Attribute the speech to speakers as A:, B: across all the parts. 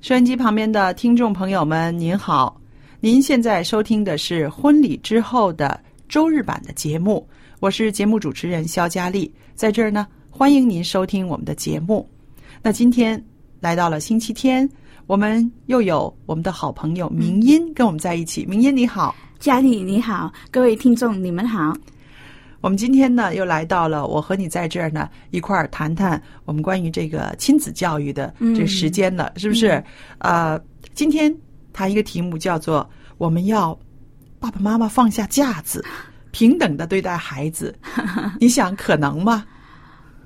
A: 收音机旁边的听众朋友们，您好，您现在收听的是《婚礼之后》的周日版的节目，我是节目主持人肖佳丽，在这儿呢，欢迎您收听我们的节目。那今天来到了星期天，我们又有我们的好朋友明音跟我们在一起，明音你好。
B: 佳丽你好，各位听众你们好。
A: 我们今天呢，又来到了我和你在这儿呢一块儿谈谈我们关于这个亲子教育的这时间了，是不是？呃，今天谈一个题目叫做“我们要爸爸妈妈放下架子，平等的对待孩子”，你想可能吗？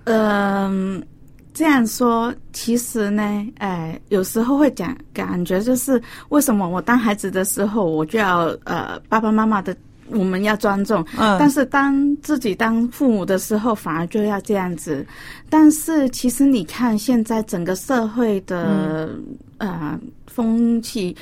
B: 嗯、这样说其实呢，呃，有时候会感感觉就是为什么我当孩子的时候，我就要呃爸爸妈妈的我们要尊重，
A: 嗯
B: 但是当自己当父母的时候，反而就要这样子。但是其实你看，现在整个社会的、呃风气，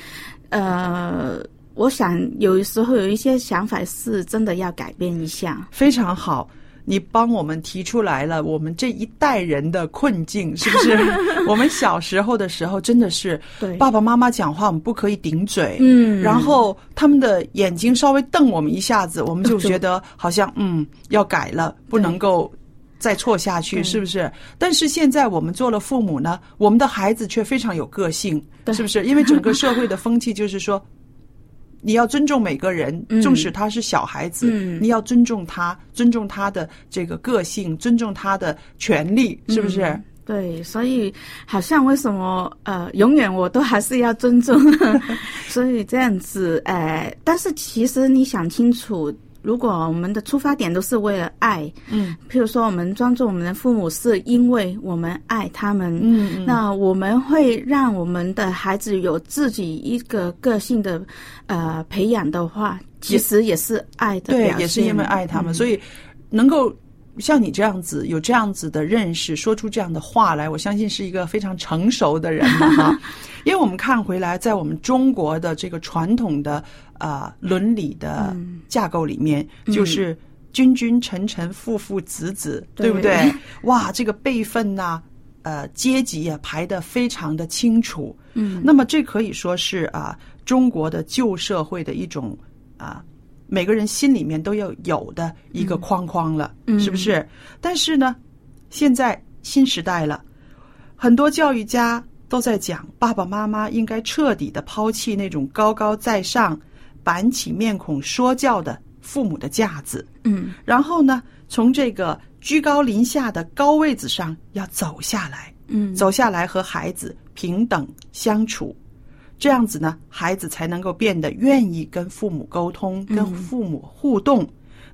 B: 呃，我想有时候有一些想法是真的要改变一下。
A: 非常好。你帮我们提出来了我们这一代人的困境，是不是？我们小时候的时候，真的是
B: 对
A: 爸爸妈妈讲话，我们不可以顶嘴，
B: 嗯
A: 然后他们的眼睛稍微瞪我们一下子，我们就觉得好像嗯要改了，不能够再错下去，
B: 对
A: 是不是？但是现在我们做了父母呢，我们的孩子却非常有个性，
B: 对
A: 是不是？因为整个社会的风气就是说，你要尊重每个人，
B: 嗯
A: 纵使他是小孩子，
B: 嗯
A: 你要尊重他，尊重他的这个个性，尊重他的权利，是不是？
B: 嗯对，所以好像为什么呃，永远我都还是要尊重， 所以这样子，呃，但是其实你想清楚，如果我们的出发点都是为了爱，
A: 嗯，
B: 譬如说我们尊重我们的父母，是因为我们爱他们，
A: 嗯嗯
B: 那我们会让我们的孩子有自己一个个性的呃培养的话，其实也是爱的
A: 对
B: 表，现，
A: 也是因为爱他们，
B: 嗯
A: 所以能够像你这样子有这样子的认识，说出这样的话来，我相信是一个非常成熟的人 了哈。因为我们看回来，在我们中国的这个传统的呃伦理的架构里面，
B: 嗯
A: 就是。君君臣臣，父父子子，对不
B: 对
A: 对？哇，这个辈分呐、呃，阶级也排得非常的清楚。
B: 嗯，
A: 那么这可以说是啊，中国的旧社会的一种啊，每个人心里面都要有的一个框框了，
B: 嗯
A: 是不是？但是呢，现在新时代了，很多教育家都在讲，爸爸妈妈应该彻底的抛弃那种高高在上、板起面孔说教的父母的架子。
B: 嗯。
A: 然后呢，从这个居高临下的高位子上要走下来，
B: 嗯
A: 走下来和孩子平等相处，这样子呢，孩子才能够变得愿意跟父母沟通，跟父母互动。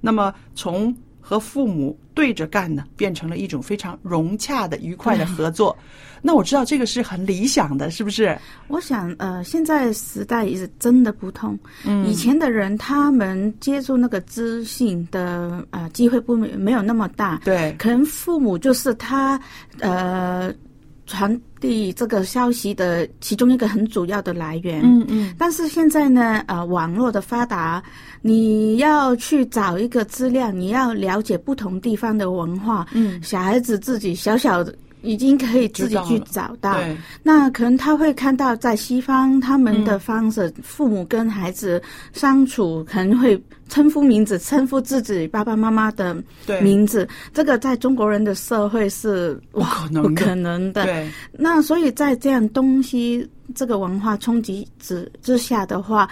A: 那么从和父母对着干呢，变成了一种非常融洽的、愉快的合作。那我知道这个是很理想的，是不是？
B: 我想，呃，现在时代也是真的不同。嗯，以前的人他们接触那个资讯的呃机会不没有那么大，
A: 对
B: 可能父母就是他呃传递这个消息的其中一个很主要的来源。
A: 嗯嗯
B: 但是现在呢，呃，网络的发达，你要去找一个资料，你要了解不同地方的文化，
A: 嗯，
B: 小孩子自己小小的已经可以自己去找到。
A: 对，
B: 那可能他会看到，在西方他们
A: 嗯
B: 的方式，父母跟孩子相处可能会称呼名字，称呼自己爸爸妈妈的
A: 对
B: 名字，这个在中国人的社会是
A: 不
B: 哇
A: 可
B: 不
A: 能的
B: 可能的。
A: 对，
B: 那所以在这样东西这个文化冲击之之下的话，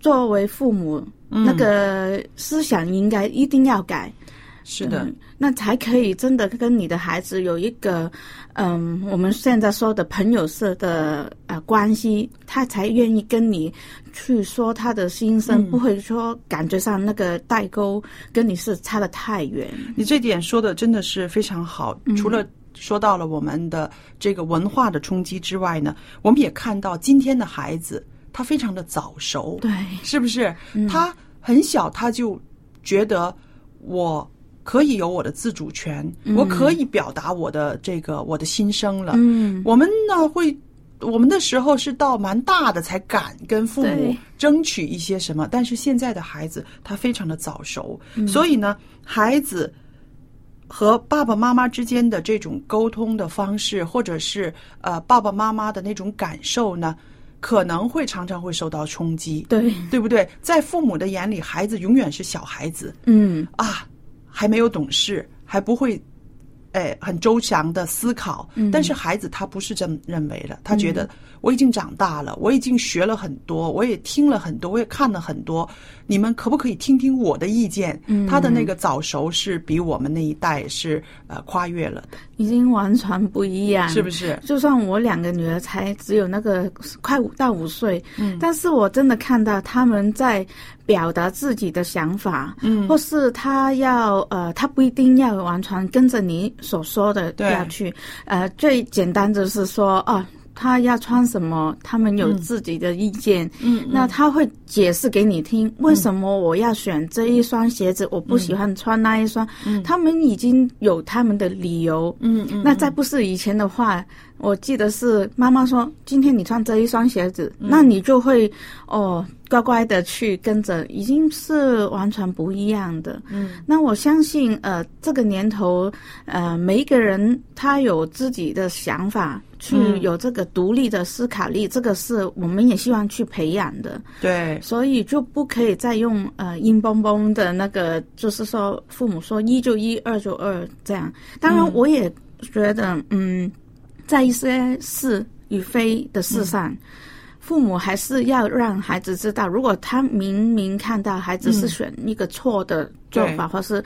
B: 作为父母，
A: 嗯
B: 那个思想应该一定要改。
A: 是的，
B: 嗯那才可以真的跟你的孩子有一个，嗯，我们现在说的朋友式的呃关系，他才愿意跟你去说他的心声，
A: 嗯
B: 不会说感觉上那个代沟跟你是差得太远。
A: 你这点说的真的是非常好。
B: 嗯
A: 除了说到了我们的这个文化的冲击之外呢，我们也看到今天的孩子他非常的早熟，
B: 对，嗯
A: 是不是？他很小他就觉得我可以有我的自主权，我可以表达我的这个我的心声了。
B: 嗯，
A: 我们呢会，我们的时候是到蛮大的才敢跟父母
B: 对
A: 争取一些什么，但是现在的孩子他非常的早熟，所以呢，孩子和爸爸妈妈之间的这种沟通的方式，或者是呃爸爸妈妈的那种感受呢，可能会常常会受到冲击，
B: 对，
A: 对不对？在父母的眼里，孩子永远是小孩子，
B: 嗯，
A: 啊，还没有懂事，还不会，哎，很周详的思考。但是孩子他不是这么认为的，他觉得我已经长大了，我已经学了很多，我也听了很多，我也看了很多，你们可不可以听听我的意见？他的那个早熟是比我们那一代是呃跨越了的，
B: 已经完全不一样，
A: 是不是？
B: 就算我两个女儿才只有那个快五到五岁，
A: 嗯
B: 但是我真的看到他们在表达自己的想法，嗯，或是他要呃，他不一定要完全跟着你所说的
A: 对
B: 要去，呃，最简单就是说哦。他要穿什么？他们有自己的意见，嗯，那他会解释给你听，
A: 嗯
B: 为什么我要选这一双鞋子，我不喜欢穿那一双。他们已经有他们的理由，
A: 嗯嗯，
B: 那再不是以前的话，我记得是妈妈说，今天你穿这一双鞋子，那你就会哦乖乖的去跟着，已经是完全不一样的。嗯，那我相信，呃，这个年头，呃，每一个人他有自己的想法，去
A: 嗯
B: 有这个独立的思考力，这个是我们也希望去培养的。
A: 对，
B: 所以就不可以再用呃硬邦邦的那个，就是说父母说一就一，二就二这样。当然，我也觉得，嗯，在一些是与非的事上。父母还是要让孩子知道，如果他明明看到孩子是选一个错的做法、或是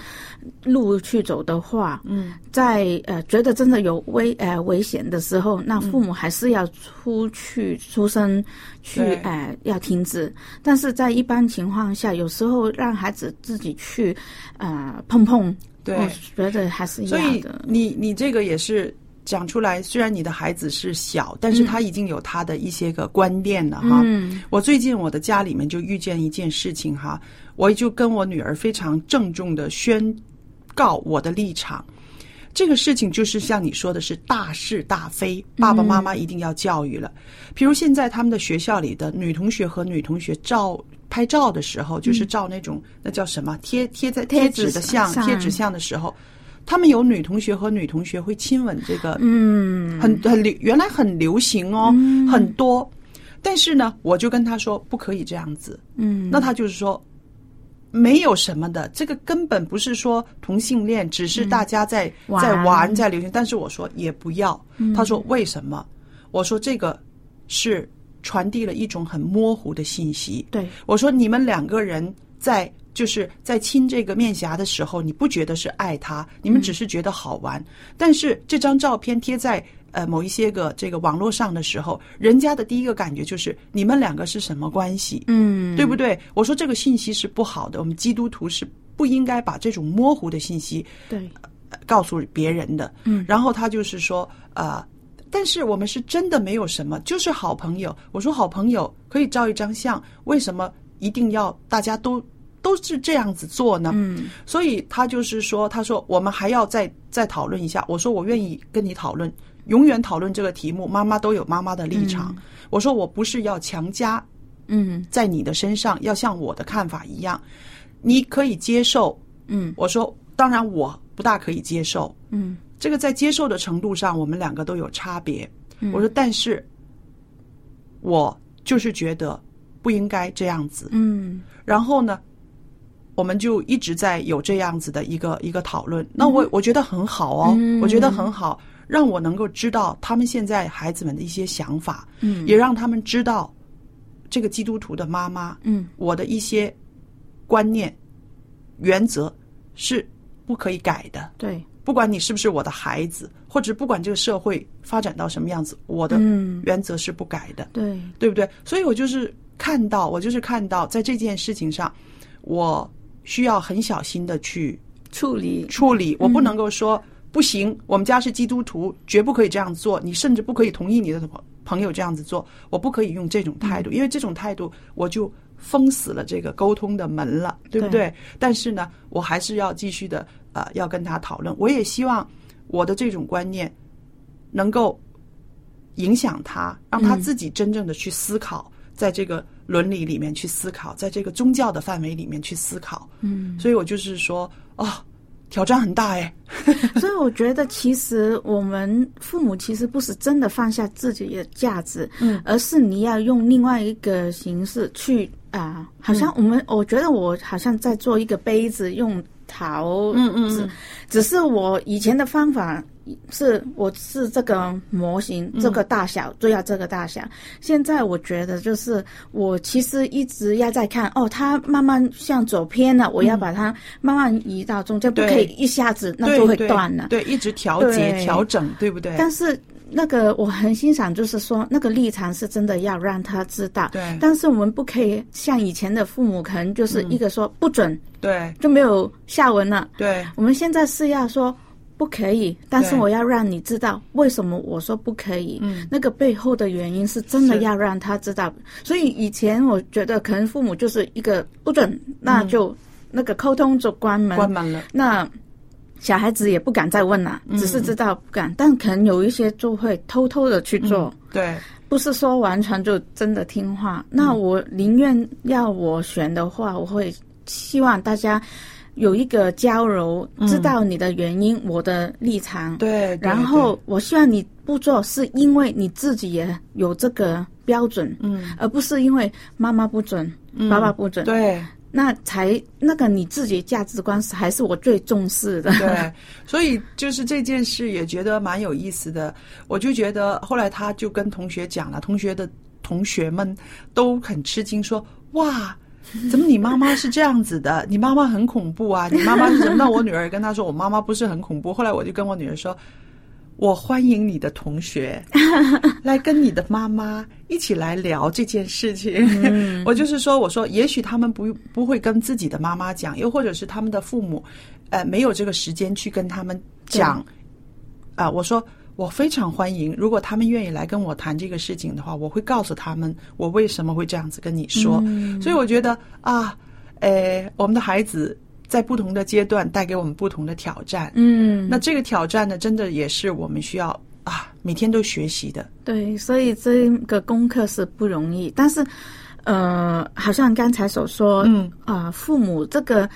B: 路去走的话，
A: 嗯，
B: 在呃觉得真的有危呃危险的时候，
A: 嗯
B: 那父母还是要出去出声去
A: 对
B: 呃要停止。但是在一般情况下，有时候让孩子自己去呃碰碰，
A: 对
B: 我觉得还是
A: 所
B: 要
A: 以
B: 的。
A: 你你这个也是讲出来，虽然你的孩子是小，但是他已经有他的一些个观念了哈。
B: 嗯
A: 我最近我的家里面就遇见一件事情哈，我就跟我女儿非常郑重的宣告我的立场。这个事情就是像你说的是大是大非，爸爸妈妈一定要教育了。比如现在他们的学校里的女同学和女同学照拍照的时候，就是照那种、那叫什么贴贴在
B: 嗯贴
A: 贴纸
B: 纸
A: 的像
B: 像
A: 贴纸像的时候，他们有女同学和女同学会亲吻这个
B: 嗯，
A: 很很流，原来很流行哦，很多。但是呢，我就跟他说不可以这样子。
B: 嗯，
A: 那他就是说，没有什么的，这个根本不是说同性恋，只是大家在、
B: 玩
A: 在玩在流行。但是我说也不要。他说为什么？我说这个是传递了一种很模糊的信息。
B: 对，
A: 我说你们两个人在就是在亲这个面颊的时候，你不觉得是爱他，你们只是觉得好玩。但是这张照片贴在呃某一些个这个网络上的时候，人家的第一个感觉就是你们两个是什么关系，
B: 嗯，
A: 对不对？我说这个信息是不好的，我们基督徒是不应该把这种模糊的信息
B: 对，
A: 呃告诉别人的。
B: 嗯
A: 然后他就是说，呃，但是我们是真的没有什么，就是好朋友。我说好朋友可以照一张相，为什么一定要大家都都是这样子做呢？
B: 嗯
A: 所以他就是说，他说我们还要再再讨论一下。我说我愿意跟你讨论，永远讨论这个题目，妈妈都有妈妈的立场。我说我不是要强加
B: 嗯
A: 在你的身上，要像我的看法一样，你可以接受。
B: 嗯
A: 我说，当然我不大可以接受，
B: 嗯
A: 这个在接受的程度上，我们两个都有差别。
B: 嗯
A: 我说，但是我就是觉得不应该这样子。
B: 嗯
A: 然后呢，我们就一直在有这样子的一个一个讨论。那我我觉得很好哦，
B: 嗯
A: 我觉得很好，让我能够知道他们现在孩子们的一些想法，
B: 嗯
A: 也让他们知道这个基督徒的妈妈，
B: 嗯
A: 我的一些观念、原则是不可以改的。
B: 对
A: 不管你是不是我的孩子，或者不管这个社会发展到什么样子，我的
B: 嗯
A: 原则是不改的。
B: 对
A: 对不对？所以我就是看到，我就是看到，在这件事情上，我需要很小心的去
B: 处理
A: 处理，我不能够说、不行，我们家是基督徒，绝不可以这样做，你甚至不可以同意你的朋朋友这样子做，我不可以用这种态度，因为这种态度我就封死了这个沟通的门了，对不对？但是呢，我还是要继续的，呃，要跟他讨论，我也希望我的这种观念能够影响他，让
B: 嗯
A: 他自己真正的去思考，在这个伦理里面去思考，在这个宗教的范围里面去思考。
B: 嗯，
A: 所以我就是说，哦，挑战很大哎，
B: 所以我觉得其实我们父母其实不是真的放下自己的价值，
A: 嗯
B: 而是你要用另外一个形式去啊、好像我们、我觉得我好像在做一个杯子用陶，
A: 嗯嗯
B: 只只是我以前的方法是我是这个模型、
A: 嗯
B: 这个大小就要这个大小。现在我觉得就是我其实一直要在看哦，它慢慢向走偏了，我要把它慢慢移到中间，不
A: 嗯对
B: 可以一下子那
A: 对
B: 就会
A: 对
B: 断了。
A: 对，一直调节
B: 对
A: 调整，对不对？
B: 但是那个我很欣赏，就是说那个立场是真的要让他知道。
A: 对嗯
B: 但是我们不可以像以前的父母，可能就是一个说不准、
A: 对
B: 就没有下文了。
A: 对
B: 我们现在是要说不可以，但是
A: 对
B: 我要让你知道为什么我说不可以。嗯，那个背后的原因是真的
A: 是
B: 要让他知道。所以以前我觉得可能父母就是一个不准，那
A: 嗯
B: 就、那个沟通就关门，
A: 关门了，
B: 那小孩子也不敢再问了，
A: 嗯
B: 只是知道不敢，但可能有一些就会偷偷的去做，
A: 对
B: 不是说完全就真的听话。那
A: 嗯
B: 我宁愿要我选的话，我会希望大家有一个交流，知道你的原因，我的立场。
A: 对。对
B: 然后我希望你不做，是因为你自己也有这个标准，
A: 嗯，
B: 而不是因为妈妈不准、
A: 嗯
B: 爸爸不准。
A: 对
B: 那才那个你自己价值观是还是我最重视的。
A: 对，所以就是这件事也觉得蛮有意思的。我就觉得后来他就跟同学讲了，同学的同学们都很吃惊，说：“哇，怎么你妈妈是这样子的？ 你妈妈很恐怖啊！你妈妈是什么？”那我女儿跟他说：“我妈妈不是很恐怖。”后来我就跟我女儿说。我欢迎你的同学来跟你的妈妈一起来聊这件事情。 我就是说，我说也许他们不不会跟自己的妈妈讲，又或者是他们的父母，呃，没有这个时间去跟他们讲。啊、我说我非常欢迎，如果他们愿意来跟我谈这个事情的话，我会告诉他们我为什么会这样子跟你说。所以我觉得啊，呃，我们的孩子在不同的阶段带给我们不同的挑战。
B: 嗯，
A: 那这个挑战呢，真的也是我们需要啊，每天都学习的。
B: 对，所以这个功课是不容易，但是，呃，好像刚才所说，
A: 嗯
B: 啊、父母这个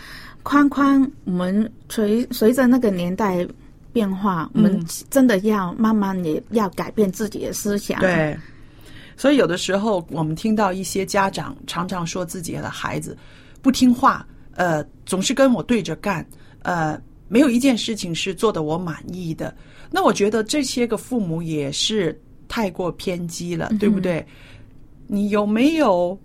B: 框框，我们随随着那个年代变化，我们
A: 嗯
B: 真的要慢慢也要改变自己的思想。，
A: 对，所以有的时候我们听到一些家长常常说自己的孩子不听话，呃，总是跟我对着干，呃，没有一件事情是做的我满意的。那我觉得这些个父母也是太过偏激了，对不对？你有没有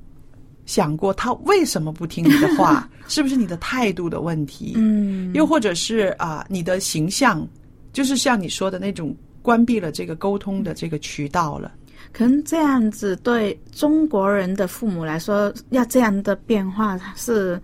A: 想过他为什么不听你的话？是不是你的态度的问题？
B: 嗯，
A: 又或者是啊、你的形象，就是像你说的那种关闭了这个沟通的这个渠道了。
B: 可能这样子对中国人的父母来说，要这样的变化是，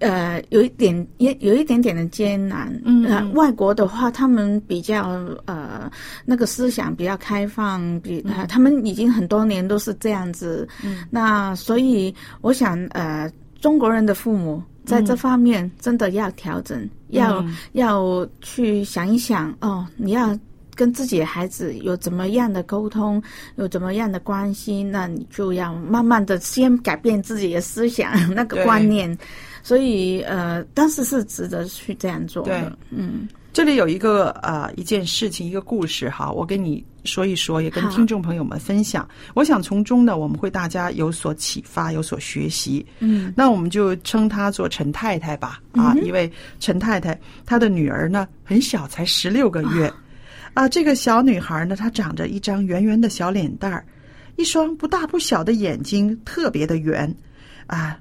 B: 呃，有一点也有一点点的艰难。
A: 嗯
B: 呃，外国的话，他们比较呃那个思想比较开放，比、
A: 嗯
B: 呃、他们已经很多年都是这样子。嗯，那所以我想，呃，中国人的父母在
A: 嗯
B: 这方面真的要调整，要要去想一想哦，你要跟自己的孩子有怎么样的沟通，有怎么样的关系，那你就要慢慢的先改变自己的思想 那个
A: 对
B: 观念。所以呃，但是是值得去这样做
A: 对
B: 的。嗯，
A: 这里有一个呃一件事情，一个故事哈，我跟你说一说，也跟
B: 好
A: 听众朋友们分享。我想从中呢，我们会大家有所启发，有所学习。
B: 嗯，
A: 那我们就称她做陈太太吧，啊，因为陈太太她的女儿呢很小，才十六个月，啊，这个小女孩呢，她长着一张圆圆的小脸蛋儿，一双不大不小的眼睛，特别的圆，啊，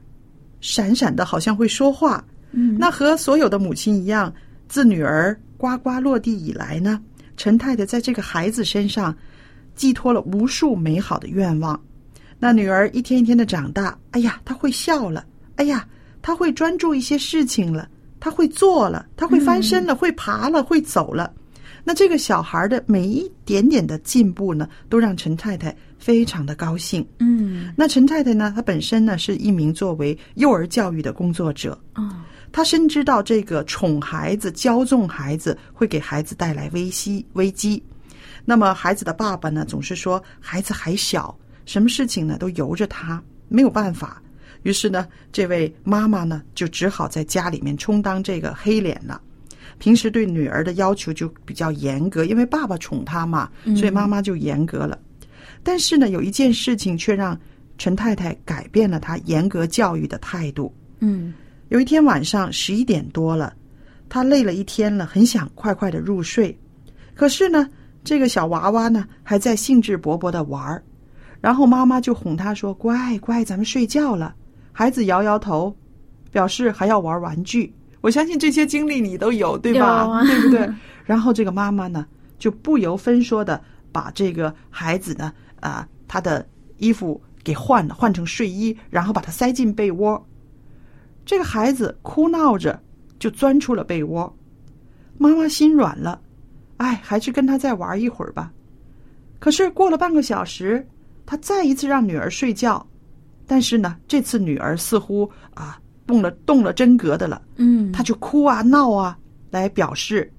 A: 闪闪的，好像会说话。
B: 嗯，
A: 那和所有的母亲一样，自女儿呱呱落地以来呢，陈太太在这个孩子身上寄托了无数美好的愿望。那女儿一天一天的长大，哎呀，她会笑了，哎呀，她会专注一些事情了，她会做了，她会翻身了，会爬了，会走了。那这个小孩的每一点点的进步呢，都让陈太太非常的高兴。
B: 嗯
A: 那陈太太呢，她本身呢是一名作为幼儿教育的工作者，
B: 哦，
A: 她深知到这个宠孩子、骄纵孩子会给孩子带来危机危机。那么孩子的爸爸呢，总是说孩子还小，什么事情呢都由着他，没有办法。于是呢，这位妈妈呢就只好在家里面充当这个黑脸了。平时对女儿的要求就比较严格，因为爸爸宠她嘛，
B: 嗯
A: 所以妈妈就严格了。但是呢，有一件事情却让陈太太改变了她严格教育的态度。
B: 嗯
A: 有一天晚上十一点多了，她累了一天了，很想快快的入睡。可是呢，这个小娃娃呢还在兴致勃勃的玩儿，然后妈妈就哄她说：“乖乖，咱们睡觉了。”孩子摇摇头，表示还要玩玩具。我相信这些经历你都有，对吧？
B: 有啊
A: 对不对？然后这个妈妈呢，就不由分说的把这个孩子呢，啊、他的衣服给换了，换成睡衣，然后把他塞进被窝。这个孩子哭闹着就钻出了被窝，妈妈心软了，哎，还是跟他再玩一会儿吧。可是过了半个小时，他再一次让女儿睡觉，但是呢，这次女儿似乎啊动了动了真格的了，
B: 嗯，
A: 她就哭啊闹啊来表示，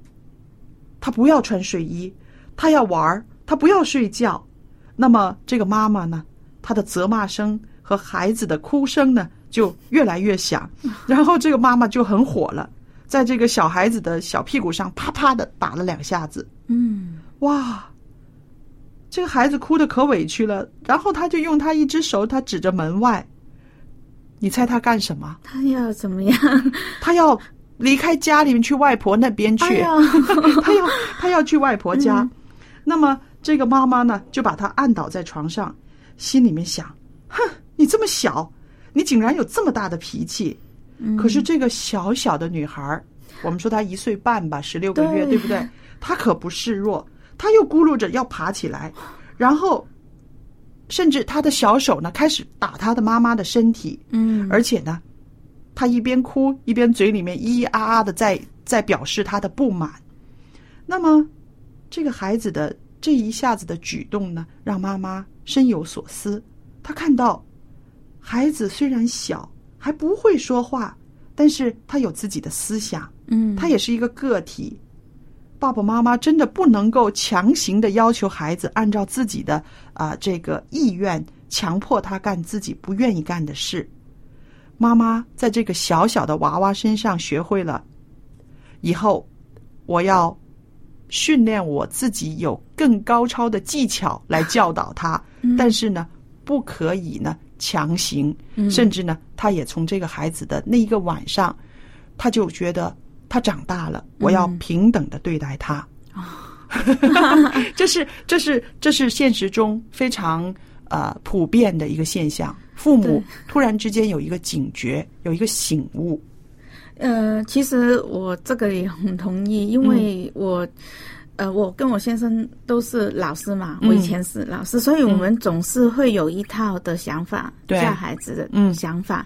A: 她不要穿睡衣，她要玩儿，她不要睡觉。那么这个妈妈呢，她的责骂声和孩子的哭声呢就越来越响，然后这个妈妈就很火了，在这个小孩子的小屁股上啪啪的打了两下子。
B: 嗯
A: 哇，这个孩子哭的可委屈了。然后他就用他一只手，他指着门外。你猜他干什么？
B: 他要怎么样？
A: 他要离开家里面去外婆那边去，
B: 哎呀
A: 他要他要去外婆家。那么这个妈妈呢，就把他按倒在床上，心里面想：哼，你这么小，你竟然有这么大的脾气。可是这个小小的女孩儿，我们说她一岁半吧，十六个月，
B: 对
A: 对不对？她可不示弱，她又咕噜着要爬起来，然后甚至她的小手呢开始打她的妈妈的身体，
B: 嗯
A: 而且呢，她一边哭一边嘴里面咿咿啊啊的在在表示她的不满。那么，这个孩子的这一下子的举动呢，让妈妈深有所思。她看到孩子虽然小，还不会说话，但是他有自己的思想，
B: 嗯，
A: 他也是一个个体。爸爸妈妈真的不能够强行的要求孩子按照自己的啊、这个意愿，强迫他干自己不愿意干的事。妈妈在这个小小的娃娃身上学会了，以后我要训练我自己有更高超的技巧来教导他，但是呢，不可以呢强行，甚至呢，他也从这个孩子的那一个晚上，他就觉得他长大了，
B: 嗯
A: 我要平等的对待 他。这是这是这是现实中非常呃普遍的一个现象。父母
B: 对
A: 突然之间有一个警觉，有一个醒悟。
B: 呃，其实我这个也很同意，
A: 嗯
B: 因为我、呃，我跟我先生都是老师嘛，
A: 嗯
B: 我以前是老师，所以我们总是会有一套的想法，
A: 对
B: 教孩子
A: 嗯
B: 的想法。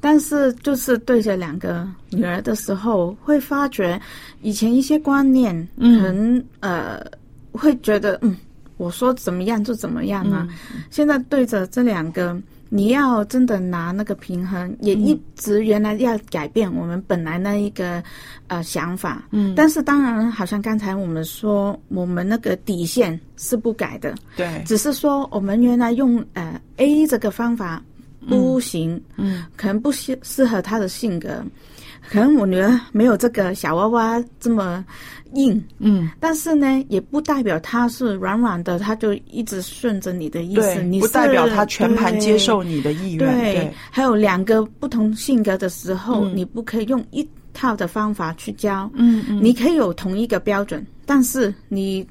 B: 但是，就是对着两个女儿的时候，会发觉以前一些观念，
A: 嗯
B: 可能呃，
A: 嗯
B: 会觉得嗯，我说怎么样就怎么样啊。现在对着这两个你要真的拿那个平衡，也
A: 嗯
B: 一直原来要改变我们本来那一个呃想法，嗯，但是当然，好像刚才我们说，我们那个底线是不改的，
A: 对，
B: 只是说我们原来用呃 A 这个方法不行，
A: 嗯，
B: 可能不适适合他的性格，可能我女儿没有这个小娃娃这么硬，
A: 嗯，
B: 但是呢，也不代表他是软软的，他就一直顺着你的意思，
A: 对，
B: 你
A: 不
B: 是
A: 代表他全盘接。
B: 对
A: 受你的意愿，
B: 对
A: 对，，
B: 还有两个不同性格的时候，
A: 嗯
B: 你不可以用一套的方法去教，
A: 嗯嗯，
B: 你可以有同一个标准，但是你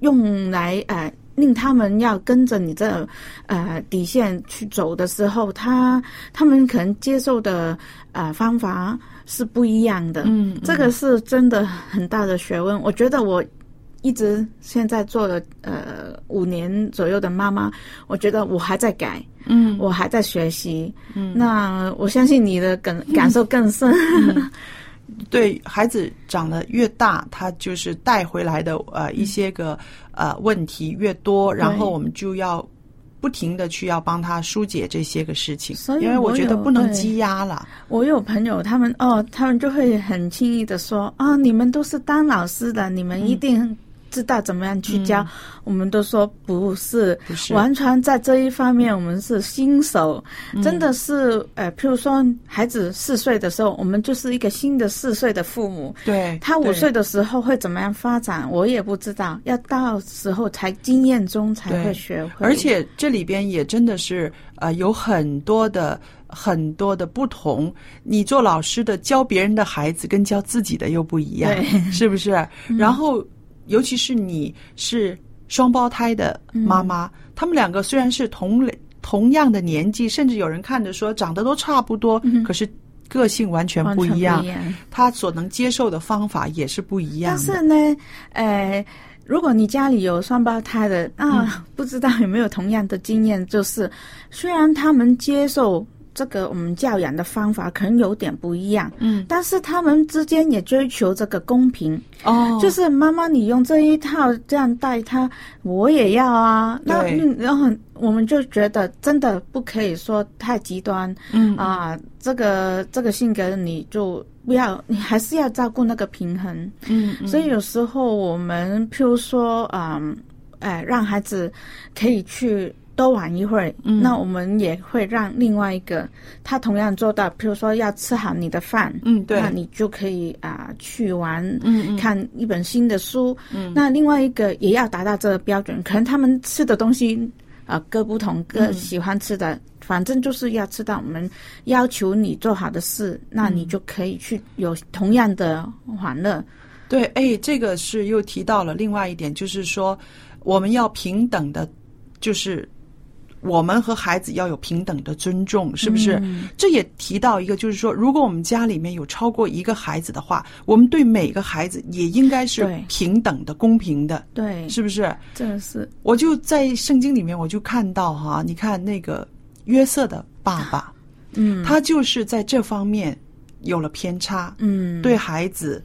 B: 用来呃令他们要跟着你这呃底线去走的时候，他他们可能接受的呃方法是不一样的。
A: 嗯，
B: 这个是真的很大的学问。我觉得我一直现在做了呃五年左右的妈妈，我觉得我还在改，
A: 嗯，
B: 我还在学习。嗯，那我相信你的感感受更深。
A: 对孩子长得越大，他就是带回来的
B: 嗯
A: 呃一些个呃问题越多，然后我们就要不停的去要帮他疏解这些个事情，
B: 所以
A: 因为
B: 我
A: 我觉得
B: 有
A: 不能
B: 对
A: 积压了。
B: 我有朋友，他们哦，他们就会很轻易的说啊、你们都是当老师的，你们一
A: 嗯
B: 定知道怎么样去教。我们都说不是，
A: 不是
B: 完全在这一方面我们是新手，
A: 嗯
B: 真的是呃，譬如说孩子四岁的时候，我们就是一个新的四岁的父母。
A: 对
B: 他五
A: 对
B: 岁的时候会怎么样发展，我也不知道，要到时候才经验中才会
A: 对
B: 学会。
A: 而且这里边也真的是呃有很多的很多的不同。你做老师的教别人的孩子跟教自己的又不一样
B: 对，嗯
A: 是不是？然后，尤其是你是双胞胎的妈妈，
B: 嗯
A: 他们两个虽然是同类同样的年纪，甚至有人看着说长得都差不多，可是个性完全
B: 嗯完
A: 不
B: 全
A: 一样
B: 不一，样。
A: 他所能接受的方法也是不一样
B: 但
A: 的。
B: 是呢，呃，如果你家里有双胞胎的，啊，
A: 嗯
B: 不知道有没有同样的经验，就是虽然他们接受这个我们教养的方法可能有点不一样，
A: 嗯，
B: 但是他们之间也追求这个公平，
A: 哦
B: 就是妈妈你用这一套这样带他，我也要啊。那
A: 对
B: 嗯然后我们就觉得真的不可以说太极端，
A: 嗯
B: 啊，这个这个性格你就不要，你还是要照顾那个平衡。
A: 嗯嗯
B: 所以有时候我们譬如说，嗯，哎，让孩子可以去多玩一会儿，
A: 嗯
B: 那我们也会让另外一个他同样做到，譬如说要吃好你的饭，
A: 嗯对
B: 那你就可以啊、去玩，
A: 嗯嗯
B: 看一本新的书，那另外一个也要达到这个标准，可能他们吃的东西啊、各不同，
A: 嗯
B: 各喜欢吃的。反正就是要吃到我们要求你做好的事，那
A: 嗯
B: 你就可以去有同样的欢乐。
A: 对，哎，这个是又提到了另外一点，就是说我们要平等的，就是我们和孩子要有平等的尊重，是不是？
B: 嗯
A: 这也提到一个，就是说，如果我们家里面有超过一个孩子的话，我们对每个孩子也应该是
B: 对
A: 平等的、公平的，
B: 对，
A: 是不是？
B: 这是
A: 我就在圣经里面，我就看到哈、你看那个约瑟的爸爸，
B: 嗯
A: 他就是在这方面有了偏差，
B: 嗯
A: 对孩子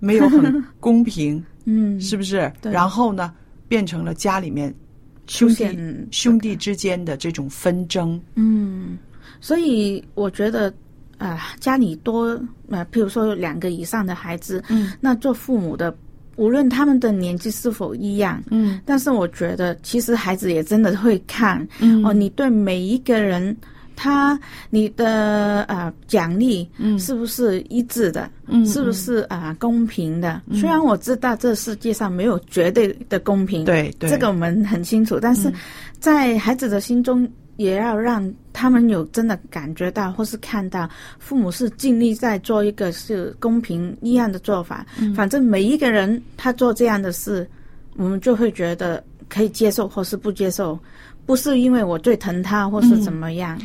A: 没有很 公平。
B: 嗯
A: 是不是？
B: 对
A: 然后呢，变成了家里面
B: 出
A: 兄
B: 现
A: 弟兄弟之间的这种纷争。
B: 嗯，所以我觉得啊、呃家里多呃，譬如说有两个以上的孩子，
A: 嗯，
B: 那做父母的无论他们的年纪是否一样，
A: 嗯
B: 但是我觉得其实孩子也真的会看，
A: 嗯
B: 哦，你对每一个人。他你的呃奖励
A: 嗯
B: 是不是一致的？
A: 嗯
B: 是不是啊、公平的？虽然我知道这世界上没有绝对的公平，
A: 对对，嗯
B: 这个我们很清楚，但是在孩子的心中，也要让他们有真的感觉到或是看到，父母是尽力在做一个是公平一样的做法。
A: 嗯
B: 反正每一个人他做这样的事，我们就会觉得可以接受或是不接受，不是因为我最疼他或
A: 嗯
B: 是怎么样。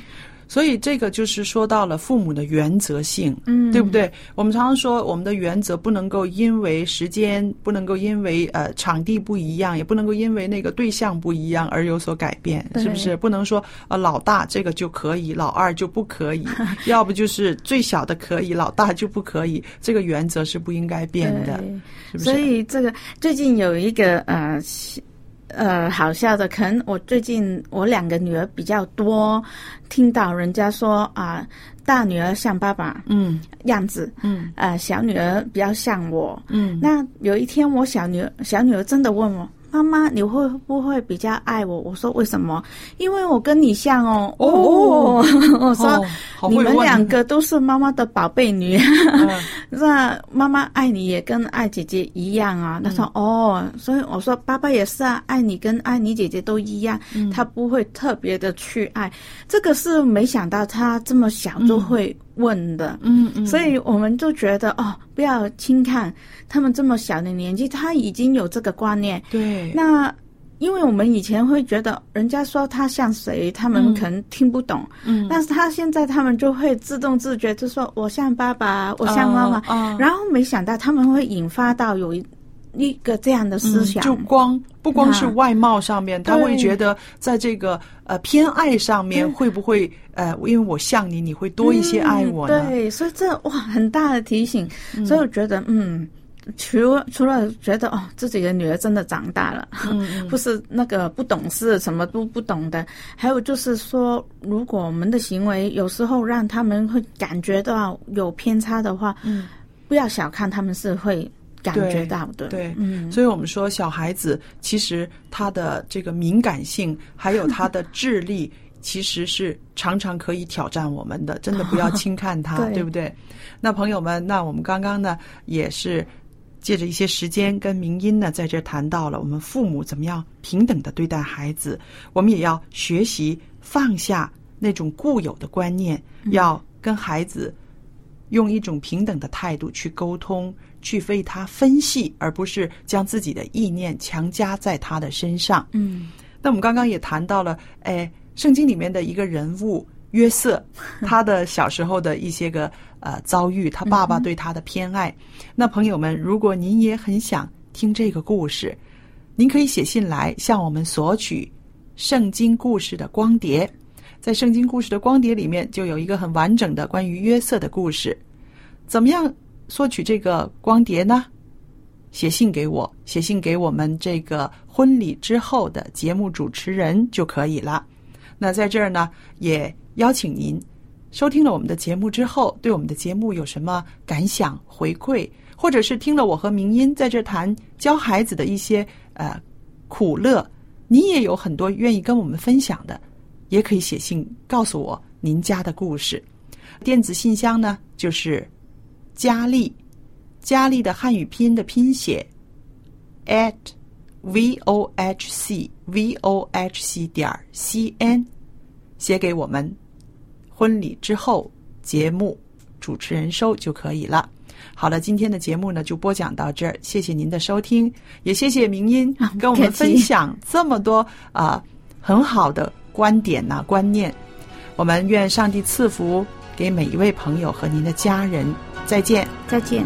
A: 所以这个就是说到了父母的原则性，
B: 嗯
A: 对不对？我们常常说，我们的原则不能够因为时间，不能够因为呃场地不一样，也不能够因为那个对象不一样而有所改变，
B: 对
A: 是不是？不能说呃老大这个就可以，老二就不可 以，要不就是最小的可以，老大就不可以，这个原则是不应该变的，
B: 对
A: 是不是？
B: 所以这个最近有一个呃新呃好笑的，可能我最近我两个女儿比较多，听到人家说啊、大女儿像爸爸
A: 嗯
B: 样子，
A: 嗯
B: 呃，小女儿比较像我。
A: 嗯
B: 那有一天，我小女儿小女儿真的问我。妈妈，你会不会比较爱我？我说为什么？因为我跟你像哦。
A: 哦
B: 我说、
A: 哦好会
B: 你们
A: 问
B: 两个都是妈妈的宝贝女。
A: 嗯
B: 那妈妈爱你也跟爱姐姐一样
A: 嗯
B: 啊。他说、哦，所以我说爸爸也是啊，爱你跟爱你姐姐都一样，
A: 嗯
B: 他不会特别的去爱。这个是没想到他这么小就会问的。
A: 嗯嗯，
B: 所以我们就觉得哦，不要轻看他们这么小的年纪，他已经有这个观念。
A: 对，
B: 那因为我们以前会觉得人家说他像谁，他们可能听不懂，
A: 嗯
B: 但是他现在他们就会自动自觉，就说我像爸爸，我像妈妈，
A: 啊啊
B: 然后没想到他们会引发到有一一个这样的思
A: 嗯
B: 想，
A: 就光不光是
B: 啊
A: 外貌上面，他
B: 对
A: 会觉得在这个呃偏爱上面
B: 对
A: 会不会呃，因为我像你，你会多一些爱我呢
B: 嗯？对，所以这哇很大的提醒，所以我觉得嗯。除除了觉得哦，自己的女儿真的长大了，
A: 嗯
B: 不是那个不懂事，什么都不懂的。还有就是说，如果我们的行为有时候让他们会感觉到有偏差的话，
A: 嗯，
B: 不要小看他们是会感觉到的。
A: 对
B: 嗯，
A: 所以我们说，小孩子其实他的这个敏感性，还有他的智力，其实是常常可以挑战我们的。真的不要轻看他，
B: 对
A: 对不对？那朋友们，那我们刚刚呢，也是借着一些时间跟明音呢，在这儿谈到了我们父母怎么样平等的对待孩子，我们也要学习放下那种固有的观念，要跟孩子用一种平等的态度去沟通，去为他分析，而不是将自己的意念强加在他的身上。
B: 嗯，
A: 那我们刚刚也谈到了，哎，圣经里面的一个人物约瑟，他的小时候的一些个呃遭遇，他爸爸对他的偏爱。那朋友们，如果您也很想听这个故事，您可以写信来向我们索取圣经故事的光碟。在圣经故事的光碟里面，就有一个很完整的关于约瑟的故事。怎么样索取这个光碟呢？写信给我，写信给我们这个婚礼之后的节目主持人就可以了。那在这儿呢，也邀请您收听了我们的节目之后，对我们的节目有什么感想、回馈，或者是听了我和明音在这儿谈教孩子的一些呃苦乐，你也有很多愿意跟我们分享的，也可以写信告诉我您家的故事。电子信箱呢，就是佳丽佳丽的汉语拼音的拼写 at v o h c v o h c 点 c n，写给我们婚礼之后节目主持人收就可以了。好了，今天的节目呢就播讲到这儿，谢谢您的收听，也谢谢明音
B: 啊
A: 跟我
B: 不客
A: 们
B: 气
A: 分享这么多啊、很好的观点呐、观念。我们愿上帝赐福给每一位朋友和您的家人，再见。
B: 再见。